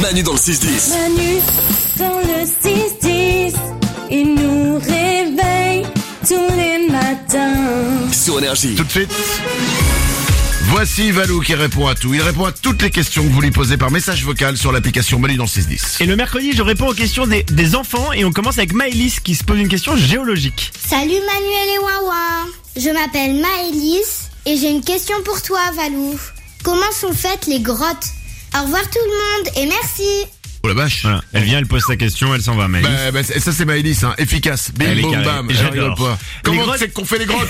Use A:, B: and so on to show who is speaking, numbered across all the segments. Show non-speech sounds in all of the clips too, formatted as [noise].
A: Manu dans le 6-10.
B: Manu dans le 6-10, il nous réveille tous les matins.
A: Sur Énergie.
C: Tout de suite. Voici Valou qui répond à tout. Il répond à toutes les questions que vous lui posez par message vocal sur l'application Manu dans le 610.
D: Et le mercredi, je réponds aux questions des, des enfants et on commence avec Maëlys qui se pose une question géologique.
E: Salut Manuel et Wawa Je m'appelle Maëlys et j'ai une question pour toi Valou. Comment sont faites les grottes Au revoir tout le monde et merci
C: Oh la vache.
D: Voilà. Elle vient, elle pose sa question, elle s'en va, Maëlys.
C: Bah, bah, c'est- ça c'est Maëlys, hein. efficace. Bim,
D: Elle est
C: boum,
D: carrée.
C: bam.
D: J'adore.
C: Elle rigole pas.
D: Les
C: Comment
D: grottes-
C: c'est qu'on
D: [laughs]
C: fait les grottes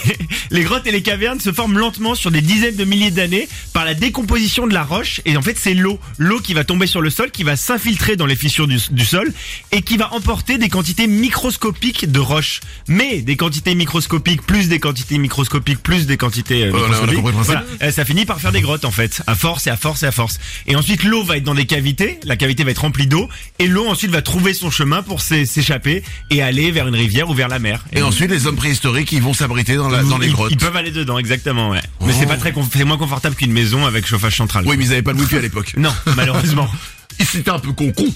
D: les grottes et les cavernes se forment lentement sur des dizaines de milliers d'années par la décomposition de la roche et en fait c'est l'eau, l'eau qui va tomber sur le sol, qui va s'infiltrer dans les fissures du, du sol et qui va emporter des quantités microscopiques de roches. Mais des quantités microscopiques plus des quantités microscopiques plus des quantités euh,
C: Voilà, Oh on a
D: microscopiques.
C: compris le principe.
D: Euh, ça finit par faire des grottes en fait, à force et à force et à force. Et ensuite l'eau va être dans des cavités, la cavité va être remplie d'eau et l'eau ensuite va trouver son chemin pour s'é- s'échapper et aller vers une rivière ou vers la mer.
C: Et ensuite les hommes préhistoriques ils vont s'abriter dans, la- dans les
D: Ils-
C: grottes. Oh.
D: Ils peuvent aller dedans, exactement, ouais. Mais c'est pas très, conf- c'est moins confortable qu'une maison avec chauffage central.
C: Oui mais ils avaient pas de wifi à l'époque.
D: Non, malheureusement.
C: [laughs] Ils- C'était un peu con
D: [laughs]
C: con.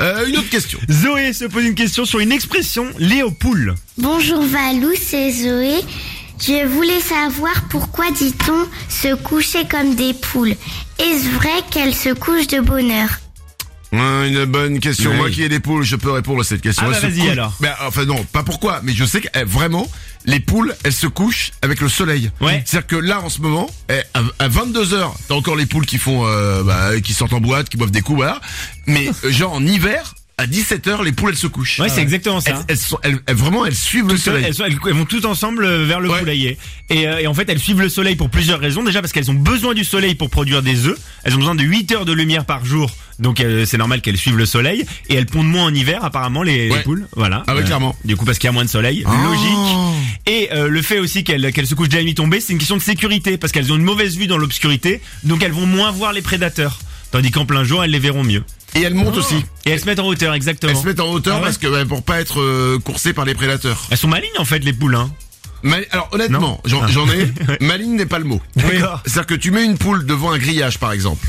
C: Euh, une autre question.
D: Zoé se pose une question sur une expression liée aux poules.
E: Bonjour Valou, c'est Zoé. Je voulais savoir pourquoi dit-on se coucher comme des poules. Est-ce vrai qu'elles se couchent de bonheur
C: Ouais, Hein, Une bonne question.
D: Oui.
C: Moi qui ai des poules, je peux répondre à cette question.
D: Ah bah
C: Elles se
D: vas-y
C: couchent-
D: alors.
C: Bah, enfin non, pas pourquoi, mais je sais que eh, vraiment, les poules, elles se couchent avec le soleil.
D: Ouais.
C: C'est-à-dire que là, en ce moment, eh, à, 22h, t'as encore les poules qui font, euh, bah, qui sortent en boîte, qui boivent des coups, voilà.
D: [laughs]
C: Mais euh, genre en hiver, à 17h, les poules, elles se couchent.
D: Ah Ouais, c'est exactement ça.
C: Elles, elles sont- elles- elles- vraiment, elles suivent le
D: Toutes seules,
C: soleil.
D: elles, sont- elles- elles vont toutes ensemble euh, vers le
C: Ouais.
D: poulailler. Et, euh, et en fait, elles suivent le soleil pour plusieurs raisons. Déjà parce qu'elles ont besoin du soleil pour produire des œufs. Elles ont besoin de 8 heures de lumière par jour. Donc euh, c'est normal qu'elles suivent le soleil. Et elles pondent moins en hiver, apparemment, les, les
C: Ouais.
D: poules. Voilà. Euh,
C: Ah ouais, clairement. Ah.
D: Du coup, parce qu'il y a moins de soleil. Logique. Et euh, le fait aussi qu'elles qu'elles se couchent dès la nuit tombée, c'est une question de sécurité. Parce qu'elles ont une mauvaise vue dans l'obscurité. Donc elles vont moins voir les prédateurs. Tandis qu'en plein jour, elles les verront mieux.
C: Et elles montent aussi.
D: Et elles se mettent en hauteur, Oh, exactement.
C: Elles se mettent en hauteur
D: Ah ouais.
C: parce que bah, pour pas être euh, coursées par les prédateurs.
D: Elles sont malignes, en fait, les poules. Hein.
C: Mal- Alors honnêtement,
D: Non.
C: j'en
D: Ah.
C: j'en ai.
D: [laughs]
C: Maligne n'est pas le mot.
D: D'accord. Hmm.
C: C'est-à-dire que tu mets une poule devant un grillage, par exemple,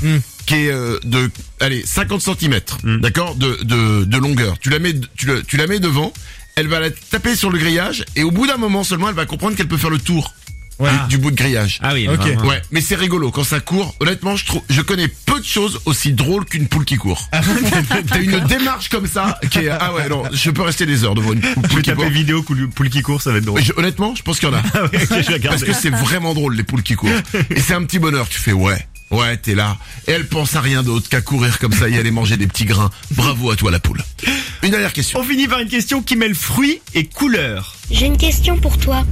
C: qui est euh, de, allez, 50 cm, d'accord, de, de, de longueur. Tu la mets, tu, le- tu la mets devant. Elle va la taper sur le grillage et au bout d'un moment seulement, elle va comprendre qu'elle peut faire le tour
D: Ouais.
C: du, du bout de grillage.
D: Ah oui,
C: ok.
D: vraiment.
C: Ouais, mais c'est rigolo quand ça court. Honnêtement, je trouve, je connais peu de choses aussi drôles qu'une poule qui court.
D: Ah
C: [laughs] T'as une démarche comme ça qui est ah ouais non, je peux rester des heures devant une poule
D: Je vais
C: qui court.
D: taper vidéo coul- poule qui court, ça va être drôle.
C: Je- honnêtement, [laughs] je pense qu'il y en a.
D: Ah oui, ok, je vais
C: Parce
D: regarder.
C: que c'est vraiment drôle les poules qui courent. Et c'est un petit bonheur, tu fais ouais, ouais, t'es là. Et elle pense à rien d'autre qu'à courir comme ça et aller manger des petits grains. Bravo à toi la poule. Une dernière question.
D: On finit par une question qui mêle fruits et couleurs.
F: J'ai une question pour toi.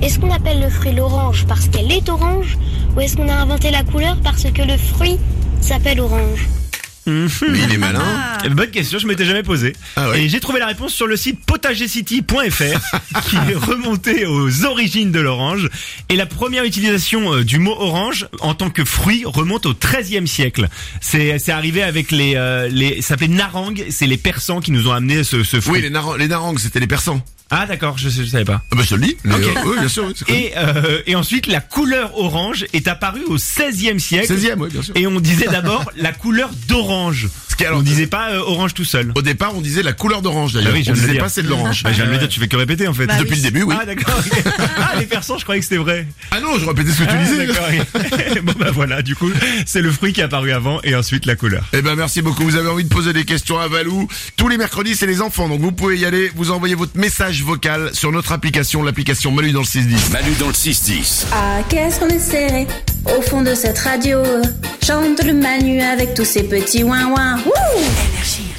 F: Est-ce qu'on appelle le fruit l'orange parce qu'elle est orange ou est-ce qu'on a inventé la couleur parce que le fruit s'appelle orange
C: Mais il est malin.
D: Eh ben, Bonne question, je m'étais jamais posée.
C: Ah ouais.
D: Et j'ai trouvé la réponse sur le site potagercity.fr
C: [laughs]
D: qui est remonté aux origines de l'orange. Et la première utilisation euh, du mot orange en tant que fruit remonte au 13e siècle. C'est c'est arrivé avec les... euh, les ça s'appelait narang, c'est les persans qui nous ont amené ce, ce fruit.
C: Oui, les, naran- les narangues, c'était les persans.
D: Ah d'accord, je, je savais pas.
C: Ah bah je te le dis. Les- euh, oui, bien sûr. oui, c'est connu.
D: Et, euh, et ensuite, la couleur orange est apparue au 16e siècle.
C: 16e, oui, bien sûr.
D: Et on disait d'abord la couleur d'orange.
C: Ce qui, Bah alors,
D: On disait pas euh, orange tout seul.
C: Au départ, on disait la couleur d'orange d'ailleurs.
D: Ah oui, je
C: on
D: viens de le
C: disait
D: dire.
C: pas c'est de l'orange. Bah
D: Bah, je viens de le dire, tu fais que répéter en fait.
C: Depuis le début, oui.
D: Ah d'accord. ok. Ah les persans, je croyais que c'était vrai.
C: Ah non, je répétais ce que tu
D: Ah,
C: disais.
D: d'accord, ok. [laughs] bon bah voilà, du coup, c'est le fruit qui est apparu avant et ensuite la couleur.
C: [laughs] Eh ben merci beaucoup. Vous avez envie de poser des questions à Valou. Tous les mercredis, c'est les enfants. Donc vous pouvez y aller. Vous envoyez votre message vocal sur notre application, l'application Manu dans le 610.
A: Manu dans le 6-10.
B: Ah, qu'est-ce qu'on est serré au fond de cette radio. Chante le Manu avec tous ses petits ouin-ouin. Wouh